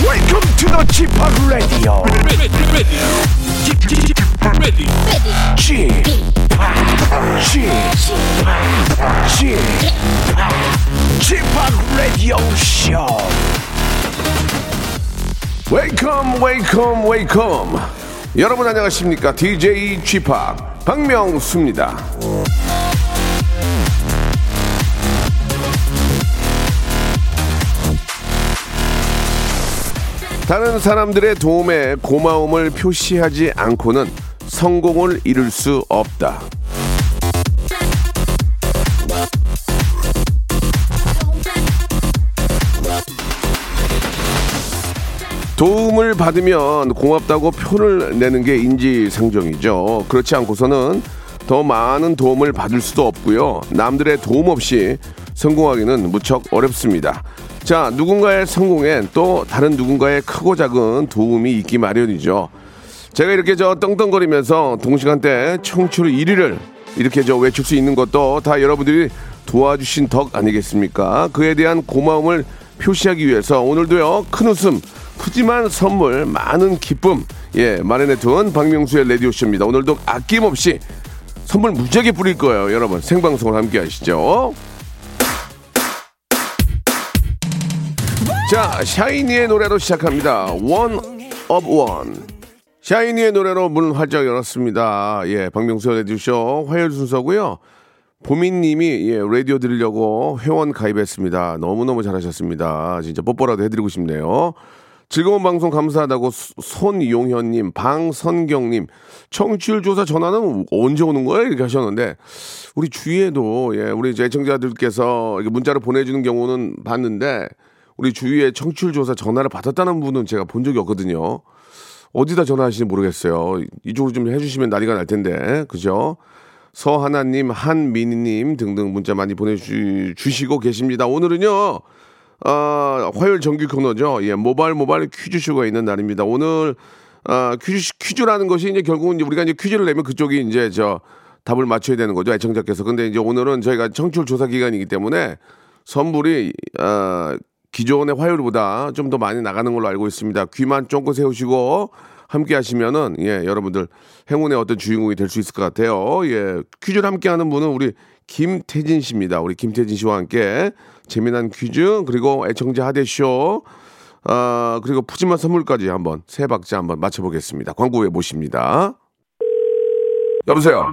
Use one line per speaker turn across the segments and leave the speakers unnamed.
Welcome to the g p o p Radio.
ready, ready, ready, ready.
g p g p g p Radio Show.
웨이컴 웨이컴 웨이컴 여러분 안녕하십니까 DJ g p o 박명수입니다 다른 사람들의 도움에 고마움을 표시하지 않고는 성공을 이룰 수 없다 도움을 받으면 고맙다고 표를 내는 게 인지상정이죠. 그렇지 않고서는 더 많은 도움을 받을 수도 없고요. 남들의 도움 없이 성공하기는 무척 어렵습니다. 자, 누군가의 성공엔 또 다른 누군가의 크고 작은 도움이 있기 마련이죠. 제가 이렇게 저 떵떵거리면서 동시간대 청출 1위를 이렇게 저 외칠 수 있는 것도 다 여러분들이 도와주신 덕 아니겠습니까? 그에 대한 고마움을 표시하기 위해서 오늘도요 큰 웃음, 푸짐한 선물, 많은 기쁨 예 마련해 둔 박명수의 라디오 쇼입니다. 오늘도 아낌없이 선물 무지하게 뿌릴 거예요, 여러분 생방송을 함께 하시죠. 자, 샤이니의 노래로 시작합니다. One of One. 샤이니의 노래로 문 활짝 열었습니다. 예, 박명수의 라디오쇼 화요일 순서고요. 보민님이 예, 라디오 들으려고 회원 가입했습니다. 너무너무 잘하셨습니다. 진짜 뽀뽀라도 해드리고 싶네요. 즐거운 방송 감사하다고 소- 손용현님, 방선경님, 청취율 조사 전화는 언제 오는 거예요? 이렇게 하셨는데 우리 주위에도 예, 우리 이제 애청자들께서 이렇게 문자를 보내주는 경우는 봤는데 우리 주위에 청취율 조사 전화를 받았다는 분은 제가 본 적이 없거든요. 어디다 전화하시는지 모르겠어요. 이쪽으로 좀 해주시면 난리가 날 텐데, 그죠? 서하나님, 한민희님 등등 문자 많이 보내주시고 계십니다. 오늘은요, 아, 화요일 정규 코너죠. 예, 모발 모발 퀴즈쇼가 있는 날입니다. 오늘 아, 퀴즈 퀴즈라는 것이 이제 결국은 이제 우리가 이제 퀴즈를 내면 그쪽이 이제 저 답을 맞춰야 되는 거죠. 애청자께서. 근데 이제 오늘은 저희가 청출 조사 기간이기 때문에 선물이 아, 기존의 화요일보다 좀 더 많이 나가는 걸로 알고 있습니다. 귀만 쫑긋 세우시고 함께 하시면은 예, 여러분들 행운의 어떤 주인공이 될 수 있을 것 같아요. 예. 퀴즈를 함께 하는 분은 우리 김태진 씨입니다. 우리 김태진 씨와 함께 재미난 퀴즈 그리고 애청자 하대쇼 아, 그리고 푸짐한 선물까지 한번 세 박자 한번 맞춰 보겠습니다. 광고 후에 모십니다. 여보세요.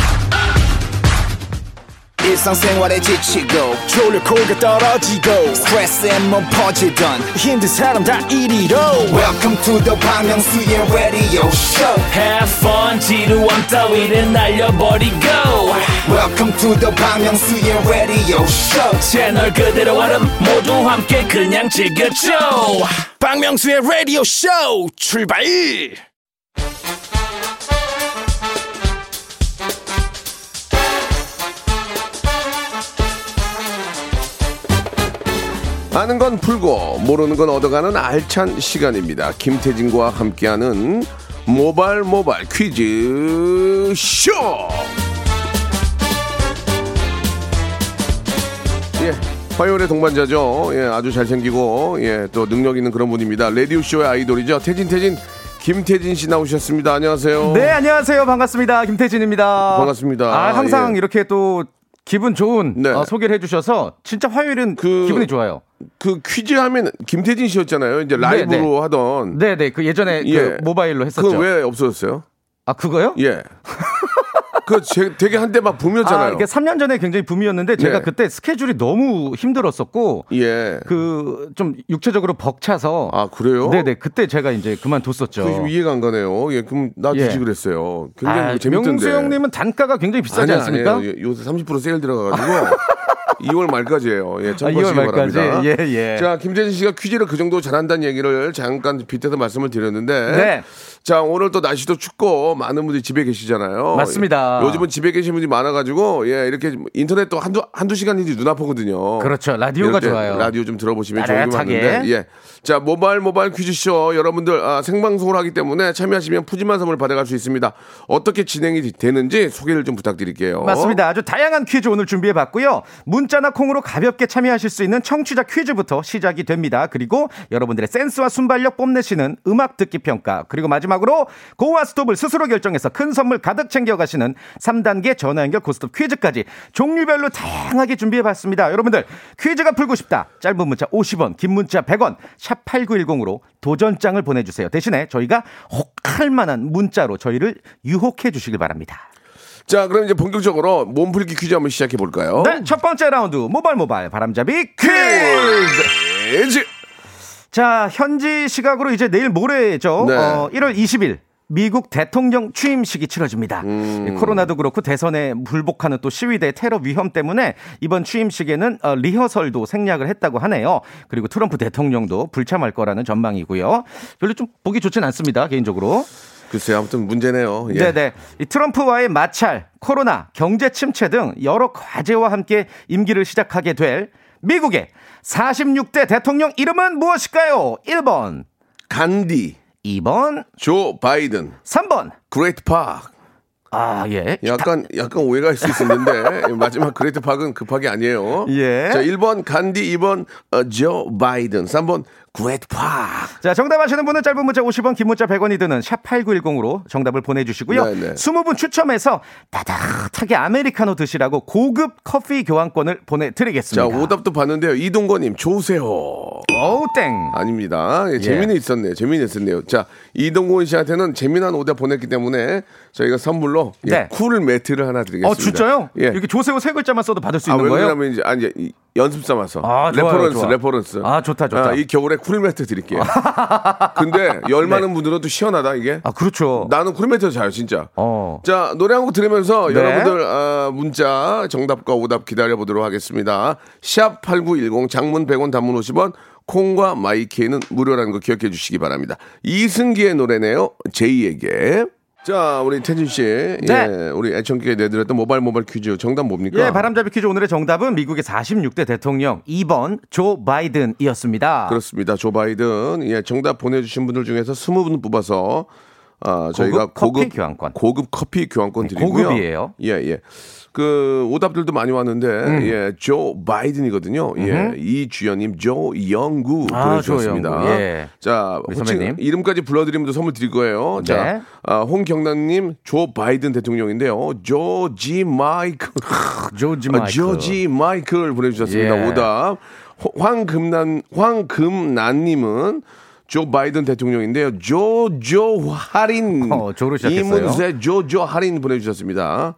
일상생활에 지치고, 졸려 코가 떨어지고, 스트레스에 몸 퍼지던, 힘든 사람 다 이리로. welcome to the Bang Myung-soo's radio show
Have fun 지루함 따위를 날려버리고
welcome to the Bang Myung-soo's radio show
채널 그대로 와름 모두 함께 그냥 즐겨줘
박명수의 라디오 쇼 출발!
아는 건 풀고 모르는 건 얻어가는 알찬 시간입니다. 김태진과 함께하는 모발 모발 퀴즈 쇼. 예, 화요일의 동반자죠. 예, 아주 잘생기고 예, 또 능력 있는 그런 분입니다. 레디오 쇼의 아이돌이죠. 태진 태진 김태진 씨 나오셨습니다. 안녕하세요.
네, 안녕하세요. 반갑습니다. 김태진입니다.
어. 반갑습니다.
아, 항상
예.
이렇게 또 기분 좋은
네.
어, 소개를 해주셔서 진짜 화요일은
그-
기분이 좋아요.
그 퀴즈 하면 김태진 씨였잖아요. 이제
네,
라이브로 하던
네네, 그 예전에
예.
그 모바일로 했었죠.
그왜 없어졌어요?
아 그거요?
예. 그 제- 되게 한때 막
아,
붐이었잖아요.
이게 3년 전에 굉장히 붐이었는데 제가
예.
그때 스케줄이 너무 힘들었었고
예.
그 좀 육체적으로 벅차서
아 그래요?
네네 그때 제가 이제 그만뒀었죠.
그 지금 이해가 안 가네요. 예, 그럼 놔두지
예.
그랬어요. 굉장히
아,
재밌던데.
명수 형님은 단가가 굉장히 비싸지
아니,
않습니까?
아니에요. 예, 요새 30% 세일 들어가가지고 2월 말까지예요. 예, 참고하시기
2월 아, 말까지?
바랍니다.
예, 예.
자, 김재진 씨가 퀴즈를 그 정도 잘한다는 얘기를 잠깐 빗대서 말씀을 드렸는데,
네.
자 오늘 또 날씨도 춥고 많은 분들이 집에 계시잖아요.
맞습니다.
예, 요즘은 집에 계신 분들이 많아가지고 예, 이렇게 인터넷 또 한두 한두 시간인지 눈 아프거든요.
그렇죠. 라디오가
이럴 때
좋아요.
라디오 좀 들어보시면 좋은 게
따뜻하게.
많은데, 예. 자, 모바일 모바일 퀴즈쇼 여러분들 아, 생방송을 하기 때문에 참여하시면 푸짐한 선물 받아갈 수 있습니다. 어떻게 진행이 되- 되는지 소개를 좀 부탁드릴게요.
맞습니다. 아주 다양한 퀴즈 오늘 준비해 봤고요. 문자나 콩으로 가볍게 참여하실 수 있는 청취자 퀴즈부터 시작이 됩니다. 그리고 여러분들의 센스와 순발력 뽐내시는 음악 듣기 평가. 그리고 마지막으로 고와 스톱을 스스로 결정해서 큰 선물 가득 챙겨가시는 3단계 전화 연결 고스톱 퀴즈까지 종류별로 다양하게 준비해 봤습니다. 여러분들 퀴즈가 풀고 싶다. 짧은 문자 50원, 긴 문자 100원, 샵 8910으로 도전장을 보내주세요. 대신에 저희가 혹할 만한 문자로 저희를 유혹해 주시길 바랍니다.
자, 그럼 이제 본격적으로 몸풀기 퀴즈 한번 시작해 볼까요?
네, 첫 번째 라운드 모발 모발 바람잡이 퀴즈.
퀴즈.
자, 현지 시각으로 이제 내일 모레죠.
네.
어, 1월 20일. 미국 대통령 취임식이 치러집니다. 이 코로나도 그렇고 대선에 불복하는 또 시위대 테러 위험 때문에 이번 취임식에는 어, 리허설도 생략을 했다고 하네요. 그리고 트럼프 대통령도 불참할 거라는 전망이고요. 별로 좀 보기 좋진 않습니다, 개인적으로.
글쎄요, 아무튼 문제네요. 예.
네네. 이 트럼프와의 마찰, 코로나, 경제 침체 등 여러 과제와 함께 임기를 시작하게 될 미국의 46대 대통령 이름은 무엇일까요? 1번,
간디,
2번,
조 바이든,
3번.
그레이트 팍.
아, 예.
약간 약간 오해가 할 수 있었는데 마지막 그레이트 팍은 급하게 아니에요.
예.
자, 1번 간디, 2번 어, 조 바이든, 3번 그레이트 팍.
자, 정답 아시는 분은 짧은 문자 50원, 긴 문자 100원이 드는 샵8910으로 정답을 보내주시고요.
네네.
20분 추첨해서 따뜻하게 아메리카노 드시라고 고급 커피 교환권을
자,
보내드리겠습니다.
오답도 봤는데요. 이동건 님, 조세호.
어우, 땡.
아닙니다. 예, 재미는 있었네요. 재미는 있었네요. 자, 이동건 씨한테는 재미난 오답 보냈기 때문에 저희가 선물로 예,
네.
쿨 매트를 하나 드리겠습니다.
어, 진짜요?
예.
이렇게 조세호 세 글자만 써도 받을 수
아,
있는
왜
거예요?
그러냐면 이제 아니 이- 연습 삼아서
아, 좋아요,
레퍼런스
좋아.
레퍼런스.
아, 좋다, 좋다.
이 겨울에 쿠릴매트 드릴게요. 근데 열 많은 분들은 또 시원하다 이게.
네. 아, 그렇죠.
나는 쿠릴매트 자요 진짜.
어.
자 노래 한 곡 들으면서
네.
여러분들 아, 문자 정답과 오답 기다려 보도록 하겠습니다. 샵 #8910 장문 100원, 단문 50원, 콩과 마이케이는 무료라는 거 기억해 주시기 바랍니다. 이승기의 노래네요. 제이에게. 자 우리 태진 씨,
네.
예, 우리 애청객에 내드렸던 모발 모발 퀴즈 정답 뭡니까?
예, 바람잡이 퀴즈 오늘의 정답은 미국의 46대 대통령 2번 조 바이든이었습니다.
그렇습니다. 조 바이든. 예, 정답 보내주신 분들 중에서 20분 뽑아서 아, 저희가
커피 교환권. 네,
고급 커피 교환권 드리고요.
고급이에요. 음.
예, 예. 그 오답들도 많이 왔는데 예, 조 바이든이거든요. 예, 이주연님 조 영구
아,
보내주셨습니다.
조 영구, 예.
자,
우리
호칭,
선배님.
이름까지 불러드리면 또 선물 드릴 거예요. 자,
네.
아, 홍경란님 조 바이든 대통령인데요. 조지 마이크.
조지
아, 조지 마이클 보내주셨습니다.
예.
오답. 호- 황금난 황금난님은 조 바이든 대통령인데요. 조조 할인.
어, 조로 시작했어요.
이문세 조조 할인 보내주셨습니다.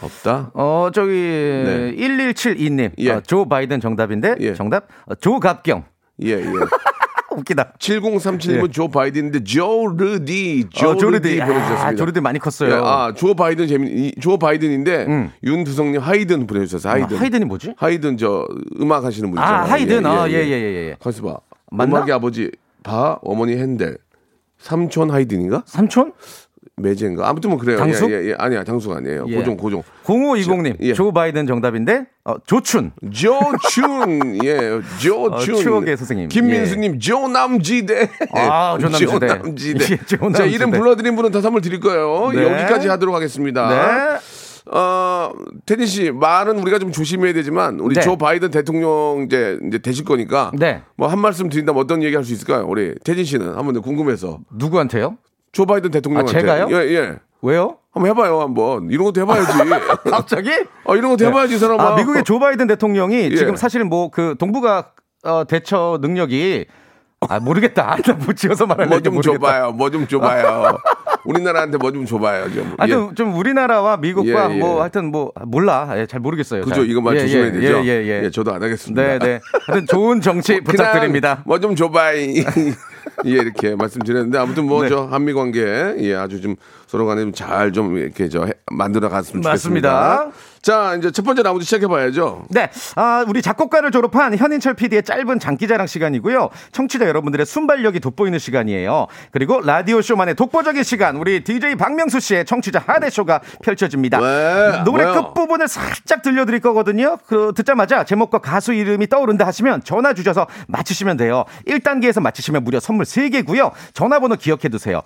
없다.
어, 저기
네.
1172님.
예.
어, 조 바이든 정답인데
예.
정답 어, 조갑경.
예 예.
아, 웃기다.
7037님은 조 바이든인데 조르디
예. 어,
조르디,
아,
보내주셨습니다.
조르디 많이 컸어요.
예, 아, 조 바이든 재미, 이- 조 바이든인데
음.
윤두성님 하이든 보내주셨어요. 하이든.
아, 하이든이 뭐지?
하이든 저 음악 하시는 분
아,
있잖아요.
하이든. 아, 예, 예, 예, 예.
가서 봐.
맞나?
음악의 아버지 바 어머니 핸델 삼촌 하이든인가
삼촌?
매제인가 아무튼 뭐 그래요.
당숙?
예, 예, 예. 아니야 당숙 아니에요.
예.
고종 고종
0520님.
예.
조 바이든 정답인데 어, 조춘.
조춘 예 조춘
어, 추억의 선생님. 예.
김민수님 조남지대
아, 조남지대.
조남지대.
예, 조남지대.
자 이름 불러드린 분은 다 선물 드릴 거예요.
네.
여기까지 하도록 하겠습니다.
네.
어, 테디 씨, 말은 우리가 좀 조심해야 되지만 우리
네.
조 바이든 대통령 이제 이제 되실 거니까
네.
뭐 한 말씀 드린다면 어떤 얘기 할 수 있을까요? 우리 테디 씨는 한번 궁금해서
누구한테요?
조 바이든 대통령한테
아, 제가요?
예, 예.
왜요?
한번 해봐요, 한번 이런 것도 해봐야지.
갑자기?
아, 이런 것도 해봐야지, 이 사람아.
아, 미국의 조 바이든 대통령이
어. 예.
지금 사실 뭐 그 동북아 어, 대처 능력이 아 모르겠다. 아, 나뭐 지어서 말할래.
뭐좀
모르겠다.
줘봐요, 뭐 좀 줘봐요. 우리나라한테 뭐 좀 줘봐요. 좀. 예.
하여튼 아, 좀 우리나라와 미국과
예, 예.
뭐 하여튼 뭐 몰라 예, 잘 모르겠어요.
그죠?
잘.
이것만
예,
조심해야
예,
되죠?
예, 예, 예.
저도 안 하겠습니다.
네, 네. 하여튼 좋은 정치 부탁드립니다.
뭐 좀 줘봐이. 예, 이렇게 말씀드렸는데 아무튼 뭐
네.
저 한미 관계 예 아주 좀 서로 간에 좀 잘 좀 이렇게 저 해- 만들어 갔으면 좋겠습니다.
맞습니다.
자, 이제 첫 번째 라운드 시작해 봐야죠.
네, 아, 우리 작곡가를 졸업한 현인철 PD의 짧은 장기자랑 시간이고요. 청취자 여러분들의 순발력이 돋보이는 시간이에요. 그리고 라디오 쇼만의 독보적인 시간, 우리 DJ 박명수 씨의 청취자 하대 쇼가 펼쳐집니다.
왜?
노래
왜요?
끝 부분을 살짝 들려드릴 거거든요. 그 듣자마자 제목과 가수 이름이 떠오른다 하시면 전화 주셔서 맞히시면 돼요. 1단계에서 맞히시면 무려 선물 3개고요. 전화번호 기억해 두세요.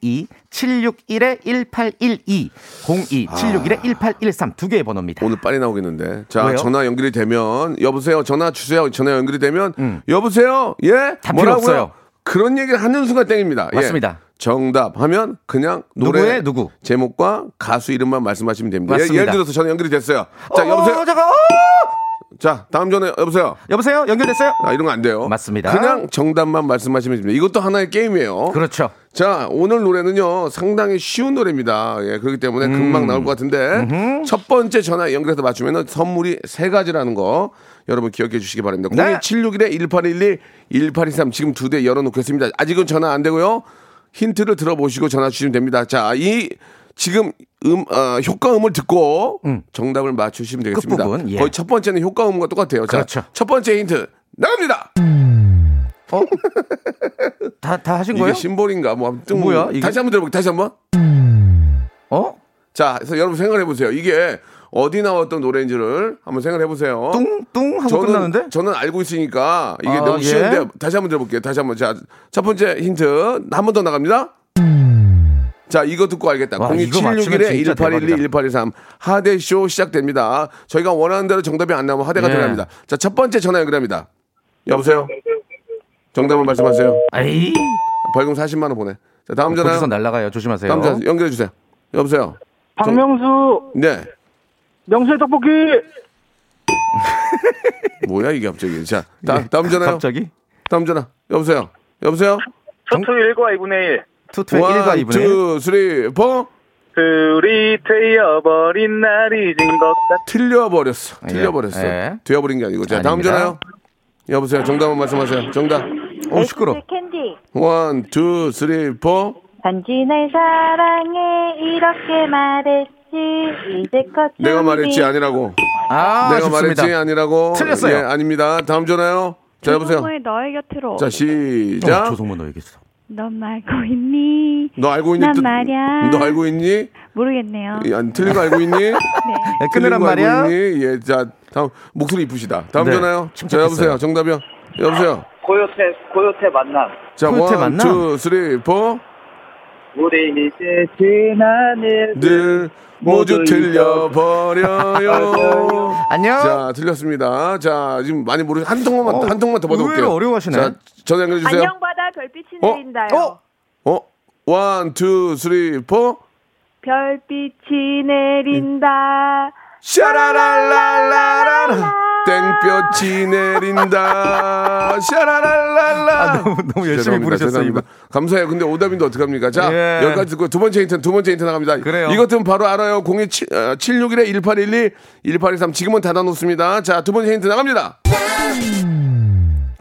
02 761-1812 02
아.
761-1813 두 개의 번호입니다.
오늘 빨리 나오겠는데. 자,
왜요?
전화 연결이 되면 여보세요. 전화 주세요. 전화 연결이 되면 여보세요. 예?
음. 필요
뭐라고요?
없어요.
그런 얘기를 하는 순간 땡입니다. 예.
맞습니다.
정답 하면 그냥 노래
누구의 누구?
제목과 가수 이름만 말씀하시면 됩니다. 예,
맞습니다.
예를 들어서 전화 연결이 됐어요. 자,
어,
여보세요.
잠깐, 어!
자, 다음 전화 여보세요.
여보세요? 연결됐어요?
아, 이런 거 안 돼요.
맞습니다.
그냥 정답만 말씀하시면 됩니다. 이것도 하나의 게임이에요.
그렇죠.
자, 오늘 노래는요, 상당히 쉬운 노래입니다. 예, 그렇기
음.
때문에 금방 나올 것 같은데, 첫 번째 전화 연결해서 맞추면 선물이 세 가지라는 거, 여러분 기억해 주시기 바랍니다.
네.
02761-1811, 1823, 지금 두 대 열어놓겠습니다. 아직은 전화 안 되고요, 힌트를 들어보시고 전화 주시면 됩니다. 자, 이, 지금 음, 어, 효과음을 듣고 정답을 맞추시면 되겠습니다.
끝부분, 예.
거의 첫 번째는 효과음과 똑같아요. 자,
그렇죠.
첫 번째 힌트 나갑니다.
다, 다 하신
이게
거예요?
심볼인가? 뭐 아무튼
뭐야, 이게?
다시 한번 들어볼게요. 다시 한번.
어?
자, 그래서 여러분 생각해 보세요. 이게 어디 나왔던 노래인지를 한번 생각해 보세요.
뚱뚱 하고
저는
끝나는데?
저는 알고 있으니까 이게
아,
너무
예.
쉬운데 다시 한번 들어볼게요. 다시 한번 자첫 번째 힌트 한 번 더 나갑니다. 자 이거 듣고 알겠다.
와,
0 2
이거
7 6
맞추면
1
진짜
1812 1823 하대 쇼 시작됩니다. 저희가 원하는 대로 정답이 안 나오면 하대가
예.
들어갑니다. 자첫 번째 전화 연결합니다. 여보세요. 정답을 말씀하세요.
아이.
벌금 40만 원 보내. 자그 다음 전화
고지선 날라가요. 조심하세요.
다음 전화 연결해 주세요. 여보세요.
박명수
네.
명수의 떡볶이
뭐야 이게 갑자기. 자, 다, 다음 전화요.
네. 갑자기?
다음 전화. 여보세요. 여보세요.
서투 1과 2분의 1
투투의 1과 2분의 1.
2, 3, 4.
둘이 그, 되어버린 날이 진것 같아
틀려버렸어.
예.
틀려버렸어.
예.
되어버린 게 아니고. 자, 다음
아닙니다.
전화요. 여보세요. 정답은 말씀하세요. 정답.
어, 시끄러.
네,
네.
캔디
원, 투, 쓰리, 포.
단지 날 사랑해 이렇게 말했지 이제껏
내가
준비.
말했지 아니라고.
아,
내가
아쉽습니다.
말했지 아니라고.
틀렸어요.
예, 아닙니다. 다음 전화요. 자, 여보세요.
너의 곁으로
자,
어,
시작.
조성모 너에게 주소.
넌 말고 있니
너 알고 있니?
난
뜻-
말이야.
너 알고 있니?
모르겠네요
이, 안 틀린 거 알고 있니?
야, 네, 끊으란
틀린 거 알고
말이야.
있니? 예, 자, 다음 목소리 이쁘시다. 다음
네,
전화요. 자,
침착했어요.
여보세요. 정답이요. 여보세요.
고요태 고요태 만남
자,
코요태
원,
만남?
투, 쓰리, 포.
우리 이제 지난 일
늘 모두
모두
틀려버려요.
안녕.
자, 틀렸습니다. 자, 지금 많이 모르, 한 통만,
어,
한 통만 더 받아볼게요.
의외로 어려워하시네.
자, 전화 연결해주세요.
안녕 바다 별빛이
어?
내린다요
어?
어? 원, 투, 쓰리, 포.
별빛이 내린다
샤라랄랄라라. 땡볕이 내린다. 샤라랄랄라.
아, 너무, 너무 열심히
죄송합니다.
부르셨어요,
죄송합니다.
이거.
감사해요. 근데 오답인데 어떡합니까? 자,
예.
여기까지 듣고 두 번째 힌트, 두 번째 힌트 나갑니다.
그래요.
이것은 어, 바로 알아요. 02761-1812, 1823. 지금은 닫아놓습니다. 자, 두 번째 힌트 나갑니다.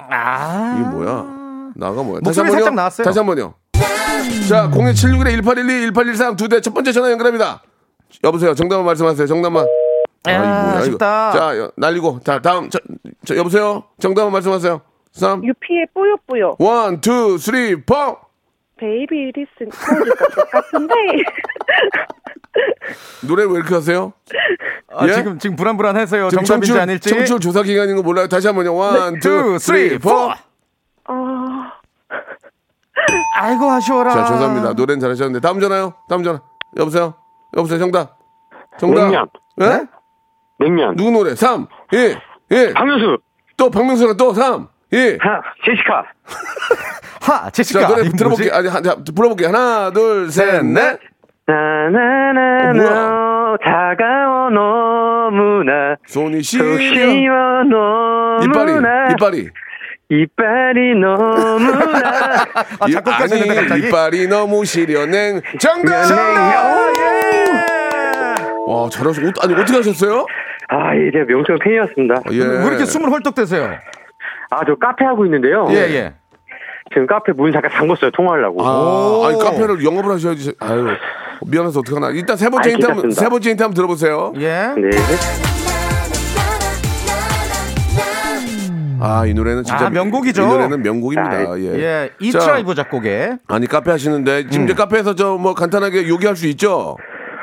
아.
이게 뭐야? 나가 뭐야?
목소리 살짝 나왔어요.
다시 한 번요. 자, 02761-1812, 1813. 두 대 첫 번째 전화 연결합니다. 여보세요. 정답만 말씀하세요. 정답만.
아,
이거 뭐야, 이거.
아쉽다.
자, 여- 날리고. 자, 다음. 저, 저, 여보세요. 정답만 말씀하세요. 3,
유피의 뿌요뿌요
1, 2, 3, 4.
베이비 리슨 코어질 것 같은데
노래 왜 이렇게 하세요?
아,
예?
지금 지금 불안불안해서요.
지금
정답인지
청출-
아닐지. 네.
청출 조사 기간인 거 몰라요. 다시 한 번요. 1, 2, 3,
two,
4.
three, four.
어.
아이고 아쉬워라.
자, 죄송합니다. 노래는 잘하셨는데. 다음 전화요. 다음 전화. 여보세요. 여보세요. 정답. 정답.
냉면.
예?
냉면
누구 노래? 3, 2, 1.
박명수
또 박명수가 또 3, 2.
하 제시카
하, 제시카.
자, 노래
이거 뭐지?
들어볼게요. 아니, 한- 자, 불러볼게요. 하나, 둘, 셋, 넷. 어, 뭐야?
나나나나 다가와 너무나
손이 시려.
도시와
이빨이,
너무나
이빨이.
이빨이 너무나
아, 작곡 가시는데 갑자기 이빨이 너무 시려냉
네,
정답!
정답!
예.
와 잘하시 어, 아니 어떻게 하셨어요? 아, 예.
아 이제 명창 팬이었습니다.
왜 이렇게 숨을 헐떡 대세요?
아 저 카페 하고 있는데요.
예, 예.
지금 카페 문 잠깐 잠궜어요 통화하려고.
아, 아니 카페를 영업을 하셔야지. 아유 미안해서 어떡하나. 일단 세 번째
아이,
힌트 한번
괜찮습니다.
세 번째 힌트 한번 들어보세요.
예.
네.
아 이 노래는 진짜
아, 명곡이죠.
이 노래는
아,
명곡입니다. 예.
예.
자,
이트라이브 음. 작곡에.
아니 카페 하시는데 지금 이제 카페에서 저 뭐 간단하게 요기할 수 있죠.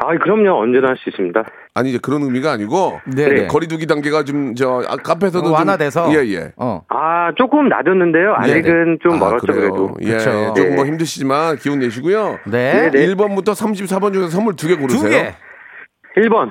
아 그럼요 언제나 할 수 있습니다.
아니 이제 그런 의미가 아니고
네, 네.
거리두기 단계가 좀 저 아, 카페에서도
어,
좀-
완화돼서.
예 예.
어.
아 조금 낮았는데요 아직은 좀 멀었죠
그래요?
그래도.
예,
그쵸.
조금 뭐
네.
힘드시지만 기운 내시고요.
네.
1번부터 34번 중에서 선물 두 개
두
고르세요.
개.
1번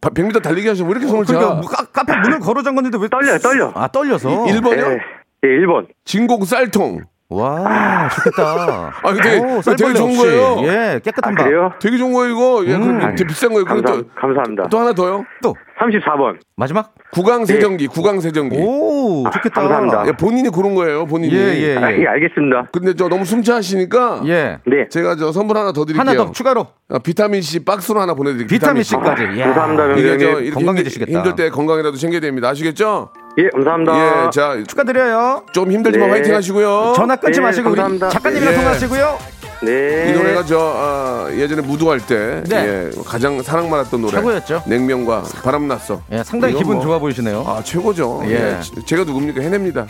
100m 달리기 하시면 왜 이렇게 손을
그러니까
차?
뭐 카- 카페 문을 걸어 잠궜는데 왜
떨려요, 떨려.
아, 떨려서.
1번이요?
네. 예 1번.
진공 쌀통.
와, 좋겠다.
아, 근데
오,
되게
쌀벌레
좋은
없이.
거예요.
예, 깨끗한
아
밥.
그래요?
되게 좋은 거예요, 이거. 예,
음.
그럼 되게 비싼 거예요. 그리고
감사,
또,
감사합니다.
또 하나 더요?
또
34번.
마지막.
구강 세정기, 구강 세정기.
오, 좋겠다.
감사합니다.
예, 본인이 고른 거예요, 본인이.
예, 예,
아,
예.
예 알겠습니다.
근데 저 너무 숨차하시니까
예.
네.
제가 저 선물 하나 더 드릴게요.
하나 더 추가로
아, 비타민 C 박스로 하나 보내드릴게요.
비타민
C.
C까지. 예. 야.
감사합니다, 명
이
장
저
님
이렇게
건강해지시겠다.
힘들, 힘들 때 건강이라도 챙겨야 됩니다. 아시겠죠?
예 감사합니다.
예, 자,
축하드려요.
좀 힘들지만
네.
화이팅 하시고요.
전화 끊지
네,
마시고 우리
감사합니다.
작가님이랑
예.
통화하시고요.
네.
이 노래가 저 아, 예전에 무도할 때
네.
예, 가장 사랑 많았던 노래
최고였죠.
냉면과 바람났어.
예, 상당히
이건
기분
뭐,
좋아 보이시네요.
아 최고죠.
예.
예. 제가 누굽니까 해냅니다.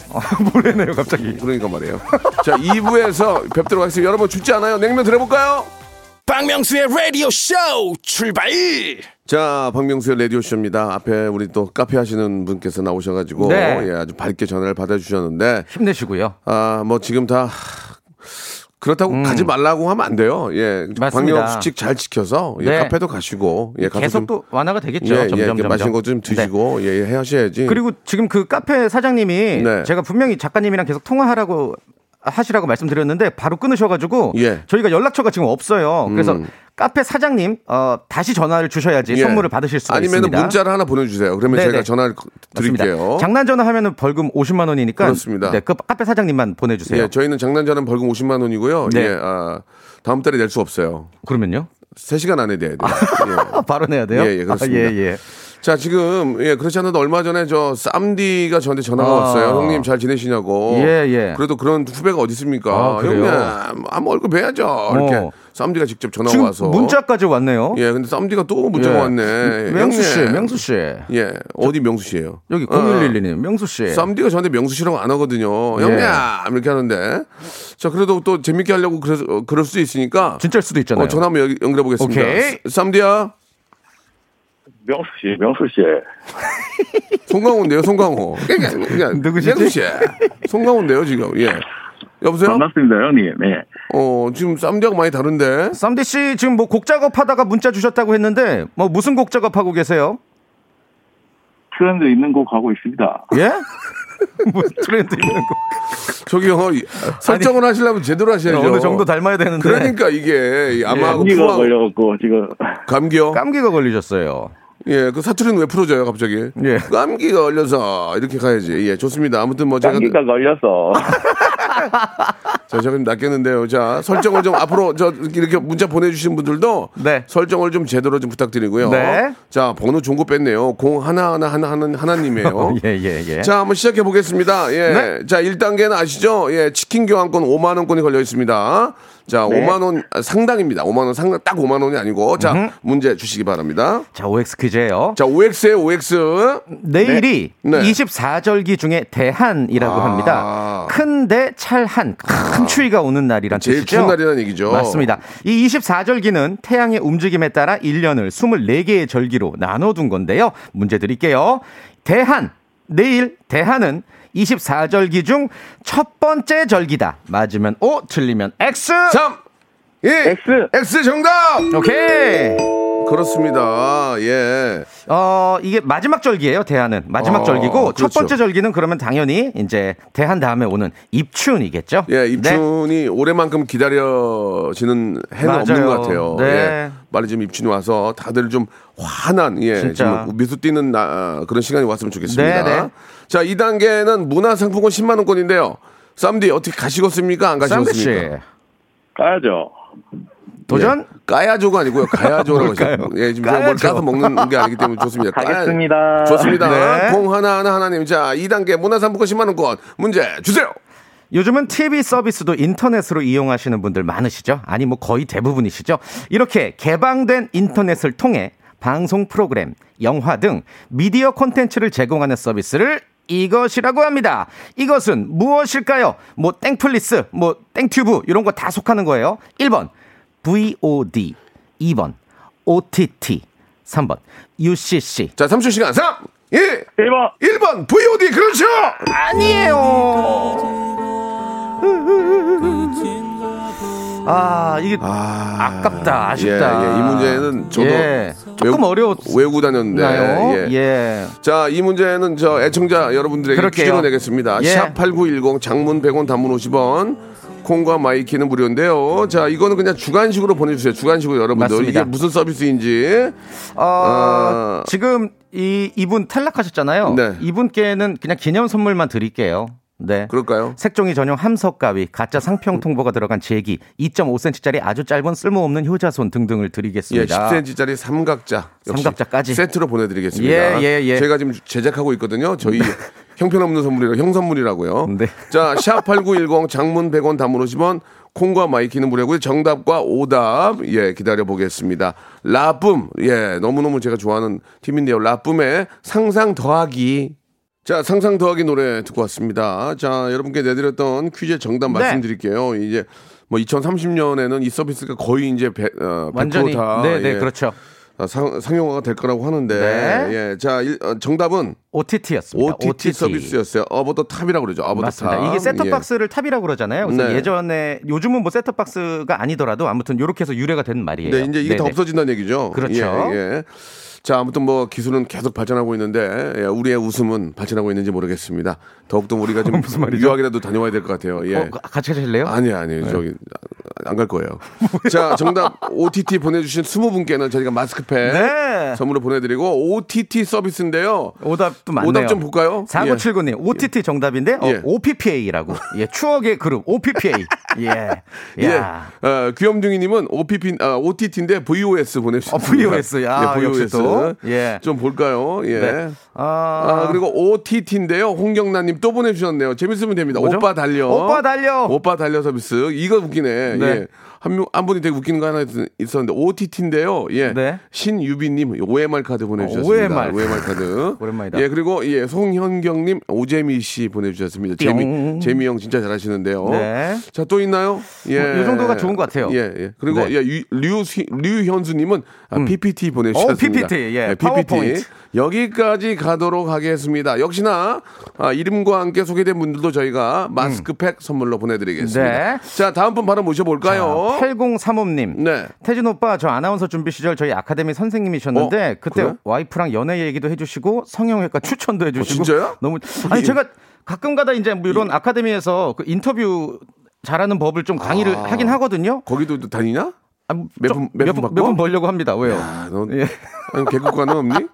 모르네요, 갑자기.
그러니까 말이에요. 자 2부에서 뵙도록 하겠습니다. 여러분 죽지 않아요. 냉면 드려볼까요?
박명수의 라디오 쇼 출발
자, 박명수의 라디오쇼입니다. 앞에 우리 또 카페 하시는 분께서 나오셔가지고,
네.
예, 아주 밝게 전화를 받아주셨는데,
힘내시고요.
아, 뭐 지금 다, 그렇다고 가지 말라고 하면 안 돼요. 예.
음. 맞습니다.
방역수칙 잘 지켜서, 예,
네.
카페도 가시고, 예, 가서
계속
좀-
또 완화가 되겠죠.
예,
점점
예, 이렇게
점점. 네.
맛있는 거 좀 드시고, 예, 예, 하셔야지.
그리고 지금 그 카페 사장님이
네.
제가 분명히 작가님이랑 계속 통화하라고 하시라고 말씀드렸는데 바로 끊으셔가지고
예. 음.
저희가 연락처가 지금 없어요. 그래서 카페 사장님 어, 다시 전화를 주셔야지
예.
선물을 받으실 수가
아니면
있습니다.
문자를 하나 보내주세요. 그러면
네,
제가
네.
전화를 거-
맞습니다.
드릴게요.
장난 전화 하면은 벌금 50만 원이니까
그렇습니다.
네, 그 카페 사장님만 보내주세요.
예, 저희는 장난자는 벌금 50만 원이고요.
네.
예, 아, 다음 달에 낼 수 없어요.
그러면요?
3시간 안에 내야 돼요. 예.
아, 바로 내야 돼요?
예, 예, 그렇습니다.
아, 예, 예.
자 지금 예 그렇지 않아도 얼마 전에 저 쌈디가 저한테 전화가
아.
왔어요 형님 잘 지내시냐고
예, 예.
그래도 그런 후배가 어디 있습니까
아, 그래요? 어.
형님 아무 얼굴 뵈야죠 이렇게 쌈디가 직접 전화
지금
와서
문자까지 왔네요.
예 근데 쌈디가 또 문자가
예.
왔네
명수 씨,
형님.
명수 씨.
예 어디 명수 씨예요
여기
어,
0112님, 명수 씨.
쌈디가 저한테 명수 씨라고 안
예.
하거든요 형님 이렇게 하는데 자 그래도 또 재밌게 하려고 그래서 어, 그럴 수 있으니까
진짜일 수도 있잖아요.
어, 전화 한번 연- 연결해 보겠습니다
네. 오케이.
쌈디야
명수 씨, 명수 씨.
송강호인데요, 송강호. 그러니까, 그러니까
누구시지?
명수 씨. 송강호인데요, 지금. 예. 여보세요?
반갑습니다 형님. 네.
어, 지금 쌈디하고 많이 다른데.
쌈디 씨 지금 뭐 곡 작업하다가 문자 주셨다고 했는데 뭐 무슨 곡 작업하고 계세요?
트렌드 있는 곡 하고 있습니다.
예? 뭐 트렌드 있는 곡.
저기 요 설정을 하시려면 제대로 하셔야죠.
네, 어느 정도 닮아야 되는데
그러니까 이게 아마하고
감기가
프로하고
걸려갖고 지금
감기요.
감기가 걸리셨어요.
예, 그 사투리는 왜 풀어져요, 갑자기?
예.
감기가 걸려서 이렇게 가야지. 예, 좋습니다. 아무튼 뭐 제가
감기가 걸려서
자, 제가 좀 낚였는데요. 자, 설정을 좀 앞으로 저 이렇게 문자 보내주신 분들도
네.
설정을 좀 제대로 좀 부탁드리고요.
네.
자, 번호 종고 뺐네요. 공 하나 하나 하나 하나 하나님이에요.
예예 예.
어? 자, 한번 시작해 보겠습니다. 예.
네.
자, 1단계는 아시죠? 예, 치킨 교환권 5만 원권이 걸려 있습니다. 자,
네.
5만 원 아, 상당입니다. 5만 원 상당 딱 5만 원이 아니고 자, 문제 주시기 바랍니다.
자 OX 퀴즈예요.
자, OX에 OX.
내일이
네.
24절기 중에 대한이라고
아.
합니다. 큰데 찰한 큰 추위가 오는 날이란
제일
뜻이죠.
추운 날이라는 얘기죠.
맞습니다. 이 24절기는 태양의 움직임에 따라 1년을 24개의 절기로 나눠둔 건데요. 문제 드릴게요. 대한 내일 대한은 24절기 중 첫 번째 절기다. 맞으면 O, 틀리면 X.
3 2
X.
예. X 정답.
오케이.
그렇습니다. 예.
어, 이게 마지막 절기예요, 대한은. 마지막
어,
절기고 첫
그렇죠.
번째 절기는 그러면 당연히 이제 대한 다음에 오는 입춘이겠죠?
예,
네.
입춘이 올해만큼 기다려지는 해는
맞아요.
없는 것 같아요.
네.
예. 빨리 좀 입춘이 와서 다들 좀 환한 예
진짜.
좀 미소 띄는 나- 아, 그런 시간이 왔으면 좋겠습니다.
네, 네.
자, 2단계는 문화상품권 10만 원권인데요. 쌈디 어떻게 가시겠습니까?
네.
안 가시겠습니까?
쌈배씨
까야죠.
도전?
예. 까야조가 아니고요. 가야조라고
뭘까요?
했어요. 예, 지금 제가 뭘
까야죠.
까서 먹는 게 아니기 때문에 좋습니다. 까야-
가겠습니다.
좋습니다.
네.
공 하나 하나 하나님. 자, 2단계 문화상품권 10만 원권 문제 주세요.
요즘은 TV 서비스도 인터넷으로 이용하시는 분들 많으시죠? 아니 뭐 거의 대부분이시죠? 이렇게 개방된 인터넷을 통해 방송 프로그램, 영화 등 미디어 콘텐츠를 제공하는 서비스를 이것이라고 합니다. 이것은 무엇일까요? 뭐 땡플리스, 뭐 땡튜브 이런 거 다 속하는 거예요. 1번 VOD, 2번 OTT, 3번 UCC.
자, 30초 시간. 3, 2,
1번.
1번 VOD 그렇죠.
아니에요. 아 이게
아,
아깝다, 아쉽다.
예, 예, 이 문제는 저도
예, 조금 어려웠나요?
외우고 다녔는데.
예.
예. 자, 이 문제는 저 애청자 여러분들에게
그럴게요.
퀴즈로 내겠습니다.
예.
샵8910 장문 100원 단문 50원. 콩과 마이키는 무료인데요. 자, 이거는 그냥 주간식으로 보내주세요. 주간식으로 여러분들.
맞습니다.
이게 무슨 서비스인지.
어,
아.
지금 이 이분 탈락하셨잖아요.
네.
이분께는 그냥 기념 선물만 드릴게요. 네.
그럴까요?
색종이 전용 함석 가위, 가짜 상평 통보가 들어간 제기, 2.5cm짜리 아주 짧은 쓸모없는 효자손 등등을
예,
드리겠습니다.
10cm짜리 삼각자. 역시
삼각자까지.
세트로 보내드리겠습니다.
예, 예, 예.
제가 지금 제작하고 있거든요. 저희 형편없는 선물이라 형선물이라고요.
네.
자, 샵8910 장문 100원 담문 50원 콩과 마이키는 무료고요. 정답과 오답 예, 기다려 보겠습니다. 라붐. 예, 너무너무 제가 좋아하는 팀인데요. 라붐의 상상 더하기 자, 상상 더하기 노래 듣고 왔습니다. 자, 여러분께 내드렸던 퀴즈의 정답
네.
말씀드릴게요. 이제 뭐 2030년에는 이 서비스가 거의 이제 배, 어, 100%
완전히
다
네, 네,
예,
그렇죠.
아, 상, 상용화가 될 거라고 하는데
네.
예, 자 일, 어, 정답은
OTT였습니다.
OTT, 서비스였어요. 어버더 탑이라고 그러죠. 어버더
맞습니다.
탑. 예.
이게 셋톱박스를 탑이라고 그러잖아요. 그래서
뭐 네.
예전에 요즘은 뭐 셋톱박스가 아니더라도 아무튼 이렇게 해서 유래가 된 말이에요.
예. 네, 이제 이게 다
네네.
없어진다는 얘기죠.
그렇죠.
예, 예. 자, 아무튼 뭐 기술은 계속 발전하고 있는데 예, 우리의 웃음은 발전하고 있는지 모르겠습니다. 더욱더 우리가 좀
무슨 말이죠?
유학이라도 다녀와야 될 것 같아요. 예.
어, 같이 가실래요? 네.
아니 아니 저기 안 갈 거예요. 자 정답 OTT 보내주신 20분께는 저희가 마스크팩
네.
선물로 보내드리고 오티티 서비스인데요.
오답도 많네요.
오답 좀 볼까요?
4979님, OTT 정답인데, 어,
예.
OPPA라고. 예, 추억의 그룹, OPPA. 예.
예.
야.
어, 귀염둥이님은 OPP, 아, OTT인데 VOS 보내주셨습니다.
어, VOS. 야, 역시 또. 예.
좀 볼까요? 예.
네.
아,
아,
그리고 OTT인데요. 홍경란님 또 보내주셨네요. 재밌으면 됩니다.
뭐죠?
오빠 달려.
오빠 달려.
오빠 달려 서비스. 이거 웃기네.
네.
예. 한, 명, 한 분이 되게 웃기는 거 하나 있- 있었는데 OTT인데요. 예.
네. 아,
신유빈님 OMR 카드 보내주셨습니다.
OMR.
OMR 카드.
오랜만이다.
예, 그리고 예, 송현경님 오재미 씨 보내주셨습니다. 재미
띵.
재미 형 진짜 잘하시는데요.
네.
자, 또 있나요? 예.
이 정도가 좋은 것 뭐, 같아요.
예, 예. 그리고
네. 음.
예, 유- 류, 시- 류현수님은 아, PPT 보내주셨습니다.
어, PPT, 예. 파워포인트.
여기까지 가도록 하겠습니다. 역시나 아, 이름과 함께 소개된 분들도 저희가 마스크팩 선물로 보내드리겠습니다.
음. 네.
자, 다음 분 바로 모셔볼까요?
8035님.
네.
태진 오빠, 저 아나운서 준비 시절 저희 아카데미 선생님이셨는데,
어,
그때
그래?
와이프랑 연애 얘기도 해주시고, 성형외과 추천도 해주시고.
어, 진짜요?
너무. 아니, 제가 가끔 가다 이제 뭐 이런 아카데미에서 그 인터뷰 잘하는 법을 좀 강의를
아.
하긴 하거든요.
거기도 또 다니냐?
아, 좀
몇 분, 몇분
몇 분,
받고?
몇분 벌려고 합니다. 왜요?
아, 넌
예.
아니, 개국과는 없니?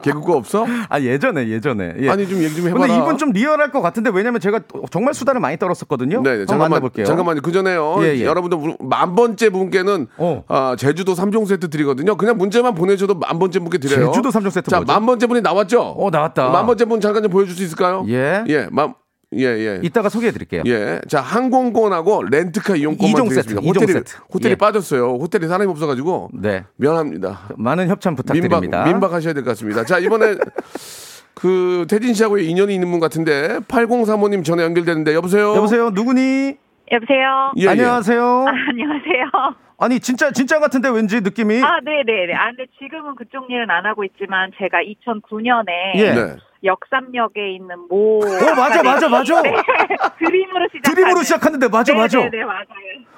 개국과 없어?
아 예전에 예전에 예.
아니, 좀 얘기 좀 해봐라.
근데 이분 좀 리얼할 것 같은데 왜냐면 제가 또 정말 수다를 많이 떨었었거든요.
네, 네,
한번
잠깐만
만나볼게요.
잠깐만요. 그 전에요.
예, 예.
여러분들 문- 만 번째 분께는
어.
아, 제주도 3종 세트 드리거든요. 그냥 문제만 보내줘도 만 번째 분께 드려요.
제주도 삼종 세트
자,
뭐죠?
만 번째 분이 나왔죠?
어, 나왔다.
만 번째 분 잠깐 좀 보여줄 수 있을까요?
예.
예, 만, 예, 예.
이따가 소개해드릴게요.
예. 자, 항공권하고 렌트카 이용권만
이종
드리겠습니다.
세트, 이종
호텔이,
세트.
호텔이
예.
빠졌어요. 호텔이 사람이 없어가지고.
네.
미안합니다.
많은 협찬
민박,
부탁드립니다.
민박하셔야 될 것 같습니다. 자, 이번에 그 태진 씨하고의 인연이 있는 분 같은데 8035님 전에 연결되는데 여보세요?
여보세요, 누구니?
여보세요.
예, 예.
안녕하세요.
안녕하세요.
아니 진짜 진짜 같은데 왠지 느낌이
아, 네네네. 아, 근데 지금은 그쪽 일은 안 하고 있지만 제가 2009년에
예.
네.
역삼역에 있는 모.
어 맞아 맞아 맞아.
네, 드림으로 시작.
드림으로 시작하는데 맞아 맞아.
네, 네네 맞아요.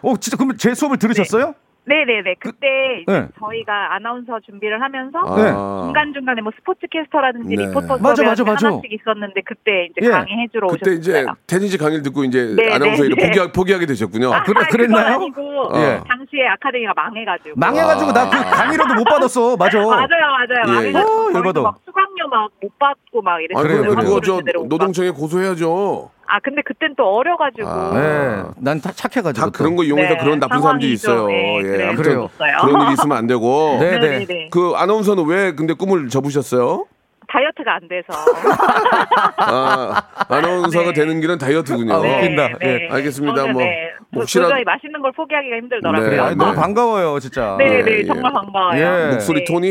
어 진짜 그럼 제 수업을 들으셨어요?
네 네네네. 그때 이제
네.
저희가 아나운서 준비를 하면서
네.
중간 중간에 뭐 스포츠
어.
캐스터라든지
네.
리포터
맞아,
수업이라든지
맞아, 맞아. 예.
하나씩 있었는데 그때 이제 강의해 주러
그때
오셨어요.
이제 테니스 강의를 듣고 이제
네,
아나운서
네,
일을
네.
포기하, 포기하게 되셨군요.
아, 아니, 그건 아니고
예.
당시에 아카데미가 망해가지고
망해가지고 나
아.
그 강의라도 못 받았어. 맞아.
맞아요, 맞아요.
예.
망해서
어,
거기서
열받아.
막 수강료 막 못 받고 막 이랬어요.
아, 그래,
그래요,
그거
그래요.
저
내려오고 막.
노동청에 고소해야죠.
아 근데 그땐 또 어려가지고
아,
네. 그렇죠. 난 다
다
착해가지고. 또.
그런 거 이용해서
네,
그런 나쁜 사람들이
상황이죠.
있어요. 예,
네, 그래요.
아무튼
그래요.
그런 일이 있으면 안 되고.
네, 네.
네네네.
그 아나운서는 왜 근데 꿈을 접으셨어요?
다이어트가 안 돼서
아, 아나운서가
네.
되는 길은 다이어트군요.
네. 웃긴다. 예.
알겠습니다.
저는,
뭐,
네, 도-
혹시라도-
도저히 맛있는 걸 포기하기가
네,
그래요.
힘들더라고요.
아니,
네.
너무 반가워요, 진짜.
네, 네,
예, 예.
정말 반가워요.
예.
목소리
네.
톤이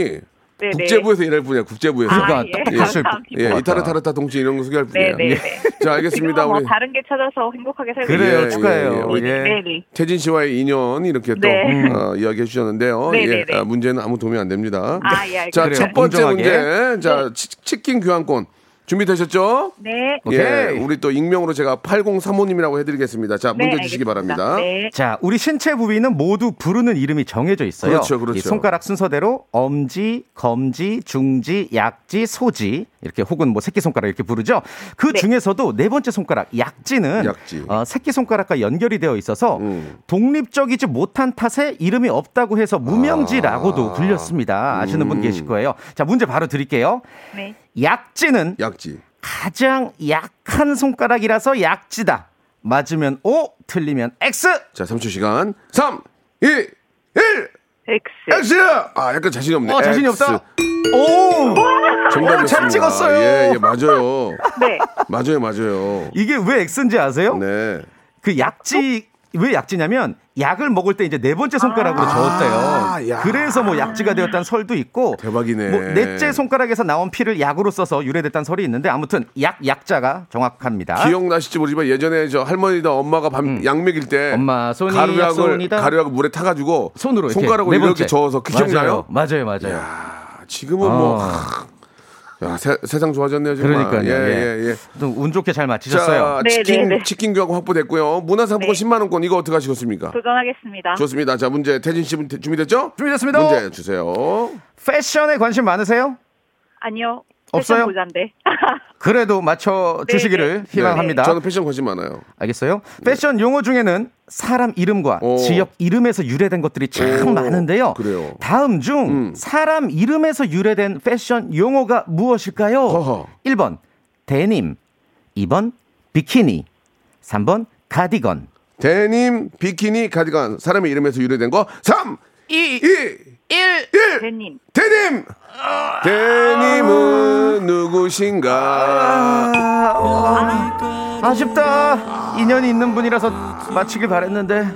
네, 네.
국제부에서 일할 분이야, 국제부에서.
아,
그러니까
예.
똑같을
감사합니다.
예,
똑같다.
이타르 타르타 동치 이런 거 소개할 분이야.
네, 네,
예.
네.
자,
지금은
알겠습니다.
뭐
우리
다른 게 찾아서 행복하게 살고
그래요.
예, 예, 예.
축하해요.
우리
예.
네네.
태진 씨와의 인연 이렇게 또
네.
음, 어, 이야기해 주셨는데요.
네,
예,
네, 네.
아, 문제는 아무 도움이 안 됩니다.
아, 예, 알겠습니다.
자,
그래요.
첫 번째
공정하게.
문제. 자, 치, 치킨 교환권 준비되셨죠?
네.
예,
오케이.
우리 또 익명으로 제가 8035님이라고 해드리겠습니다. 자,
네,
문제 주시기
알겠습니다.
바랍니다.
네.
자, 우리 신체 부위는 모두 부르는 이름이 정해져 있어요.
그렇죠, 그렇죠.
이 손가락 순서대로 엄지, 검지, 중지, 약지, 소지 이렇게 혹은 뭐 새끼 손가락 이렇게 부르죠. 그
네.
중에서도 네 번째 손가락 약지는 어,
약지.
새끼 손가락과 연결이 되어 있어서
음.
독립적이지 못한 탓에 이름이 없다고 해서 무명지라고도
아.
불렸습니다. 아시는 분
음.
계실 거예요. 자, 문제 바로 드릴게요.
네.
약지는
약지.
가장 약한 손가락이라서 약지다. 맞으면 O, 틀리면 X.
자, 3초 시간. 3, 2, 1,
네.
엑스!
X.
아, 약간 자신이 없네.
어, 자신이
X.
없다. 오!
정답이었습니다.
오, 아, 잘 찍었어요.
예, 예, 맞아요.
네.
맞아요, 맞아요.
이게 왜 X인지 아세요?
네.
그 약지 왜 약지냐면 약을 먹을 때 이제 네 번째 손가락으로 저었대요.
아, 야.
그래서 뭐 약지가 되었다는 설도 있고
대박이네.
뭐 넷째 손가락에서 나온 피를 약으로 써서 유래됐다는 설이 있는데 아무튼 약 약자가 정확합니다.
기억나실지 모르지만 예전에 저 할머니다 엄마가 밤 양 먹일 때
음. 엄마 손이
가루약을
약손이다.
가루약을 물에 타가지고
손으로 이렇게
손가락으로
네
이렇게
번째.
저어서 그 기억나요?
맞아요, 맞아요.
아, 지금은 뭐
아.
하, 야, 세, 세상 좋아졌네요 정말.
그러니까요,
예,
예.
예, 예.
좀 운 좋게 잘 맞히셨어요.
자,
네,
치킨
네, 네.
치킨 교환 확보됐고요. 문화상품권
네.
10만 원권 이거 어떻게 하시겠습니까?
도전하겠습니다.
좋습니다. 자, 문제 태진 씨 문- 준비됐죠?
준비됐습니다.
문제 주세요.
패션에 관심 많으세요?
아니요.
없어요?
보잔데.
그래도 맞춰 주시기를
네.
희망합니다.
저는 패션 관심 많아요.
알겠어요? 패션 용어 중에는 사람 이름과
오.
지역 이름에서 유래된 것들이 참
어. 오,
많은데요.
그래요.
다음 중
음.
사람 이름에서 유래된 패션 용어가 무엇일까요?
허허.
1번 데님, 2번 비키니, 3번 가디건.
데님, 비키니, 가디건 사람의 이름에서 유래된 거 3, 2, 1, 1.
대님.
대님! 대님은 누구신가?
아, 어. 아쉽다. 인연이 있는 분이라서 마치길 바랬는데.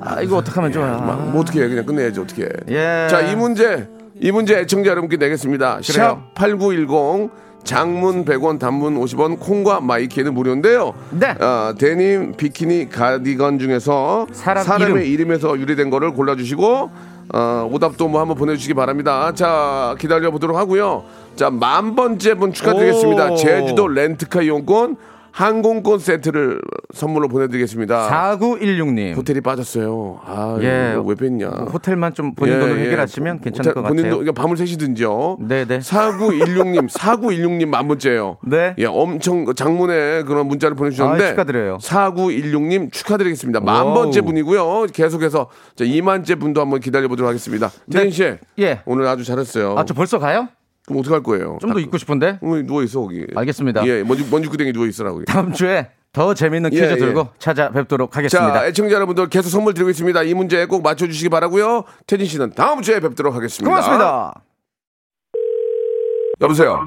아, 이거 어떡하면 좋아.
뭐 어떻게 해 그냥 끝내야지 어떻게 해.
예.
자, 이 문제 이 문제 애청자 여러분께 내겠습니다.
그래요.
샵8910 장문 100원, 단문 50원, 콩과 마이키는 무료인데요.
네.
아, 데님, 비키니, 가디건 중에서
사람
의 이름. 에서 유래된 거를 골라 주시고 어, 오답도 뭐 한번 보내 주시기 바랍니다. 자, 기다려 보도록 하고요. 자, 만 번째 분 축하드리겠습니다.
오.
제주도 렌트카 이용권 항공권 세트를 선물로 보내 드리겠습니다.
4916님.
아. 호텔이 빠졌어요. 아,
예.
이거 왜 뺐냐.
호텔만 좀 본인
예,
돈으로
예.
해결하시면 괜찮을 것
호텔-
같아요.
본인 돈, 그러니까 밤을 새시든지요.
네네.
4916님, 4916님 만번째예요.
네.
예, 엄청 장문에 그런 문자를 보내주셨는데.
아, 축하드려요.
4916님 축하드리겠습니다. 만번째
와우.
분이고요. 계속해서 자, 2만째 분도 한번 기다려보도록 하겠습니다. 태진 씨.
예.
오늘 아주 잘했어요.
아, 저 벌써 가요?
그럼 어떡할 아, 거예요? 음,
좀 더 있고 싶은데.
누워있어, 거기.
알겠습니다.
예, 먼지, 먼지구덩이 누워있으라고.
다음 주에 더 재밌는 퀴즈
예, 예.
들고 찾아뵙도록 하겠습니다.
자, 애청자 여러분들 계속 선물 드리고 있습니다. 이 문제 꼭 맞춰주시기 바라고요 태진 씨는 다음 주에 뵙도록 하겠습니다.
고맙습니다.
여보세요.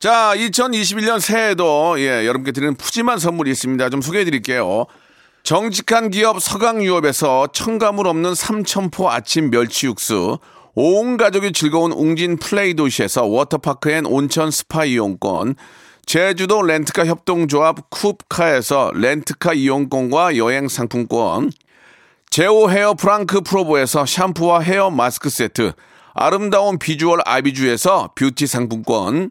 자, 2021년 새해에도 예, 여러분께 드리는 푸짐한 선물이 있습니다. 좀 소개해 드릴게요. 정직한 기업 서강유업에서 첨가물 없는 삼천포 아침 멸치 육수, 온 가족이 즐거운 웅진 플레이 도시에서 워터파크 앤 온천 스파 이용권, 제주도 렌트카 협동조합 쿱카에서 렌트카 이용권과 여행 상품권, 제오 헤어 프랑크 프로보에서 샴푸와 헤어 마스크 세트, 아름다운 비주얼 아비주에서 뷰티 상품권,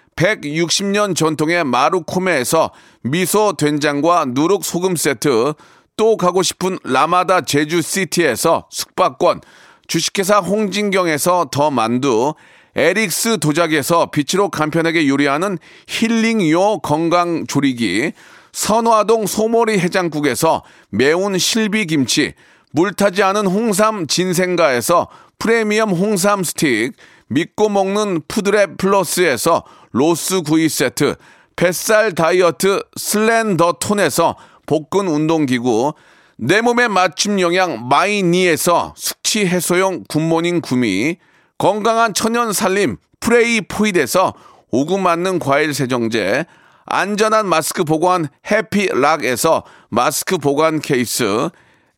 160년 전통의 마루코메에서 미소 된장과 누룩 소금 세트 또 가고 싶은 라마다 제주시티에서 숙박권 주식회사 홍진경에서 더 만두, 에릭스 도자기에서 빛으로 간편하게 요리하는 힐링요 건강조리기, 선화동 소머리 해장국에서 매운 실비김치, 물타지 않은 홍삼 진생가에서 프리미엄 홍삼 스틱, 믿고 먹는 푸드랩 플러스에서 로스 구이 세트, 뱃살 다이어트 슬렌더 톤에서 복근 운동기구, 내 몸에 맞춤 영양 마이니에서 숙취 해소용 굿모닝 구미, 건강한 천연 살림 프레이 포이드에서 오구 맞는 과일 세정제, 안전한 마스크 보관 해피락에서 마스크 보관 케이스,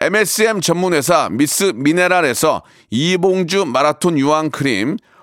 MSM 전문회사 미스 미네랄에서 이봉주 마라톤 유황 크림,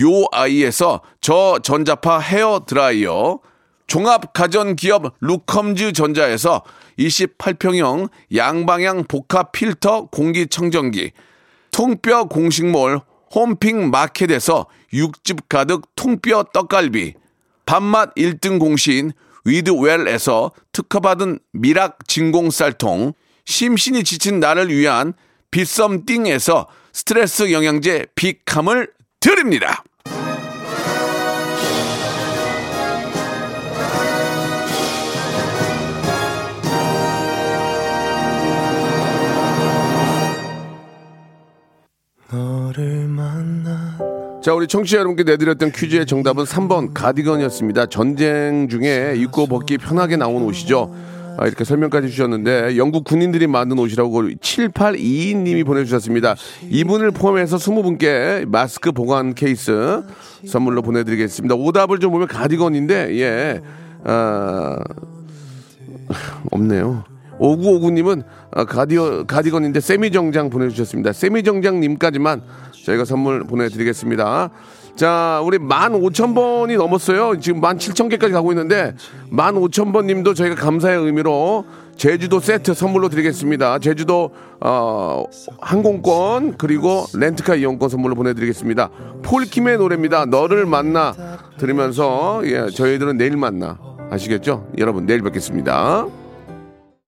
요아이에서 저전자파 헤어 드라이어, 종합 가전 기업 루컴즈 전자에서 28평형 양방향 복합 필터 공기 청정기, 통뼈 공식몰 홈핑 마켓에서 육즙 가득 통뼈 떡갈비, 밥맛 1등 공신 위드웰에서 특허받은 미락 진공 쌀통, 심신이 지친 나를 위한 빗썸띵에서 스트레스 영양제 비캄을 드립니다.
자, 우리 청취자 여러분께 내드렸던 퀴즈의 정답은 3번 가디건이었습니다. 전쟁 중에 입고 벗기 편하게 나온 옷이죠. 아, 이렇게 설명까지 주셨는데 영국 군인들이 만든 옷이라고 7822님이 보내주셨습니다. 이분을 포함해서 20분께 마스크 보관 케이스 선물로 보내드리겠습니다. 오답을 좀 보면 가디건인데 예, 아, 없네요. 5959님은 아, 가디어, 가디건인데 세미정장 보내주셨습니다. 세미정장님까지만 저희가 선물 보내드리겠습니다. 자, 우리 15,000번이 넘었어요. 지금 17,000개까지 가고 있는데 15,000번님도 저희가 감사의 의미로 제주도 세트 선물로 드리겠습니다. 제주도 어, 항공권 그리고 렌트카 이용권 선물로 보내드리겠습니다. 폴킴의 노래입니다. 너를 만나 들으면서 예, 저희들은 내일 만나 아시겠죠? 여러분 내일 뵙겠습니다.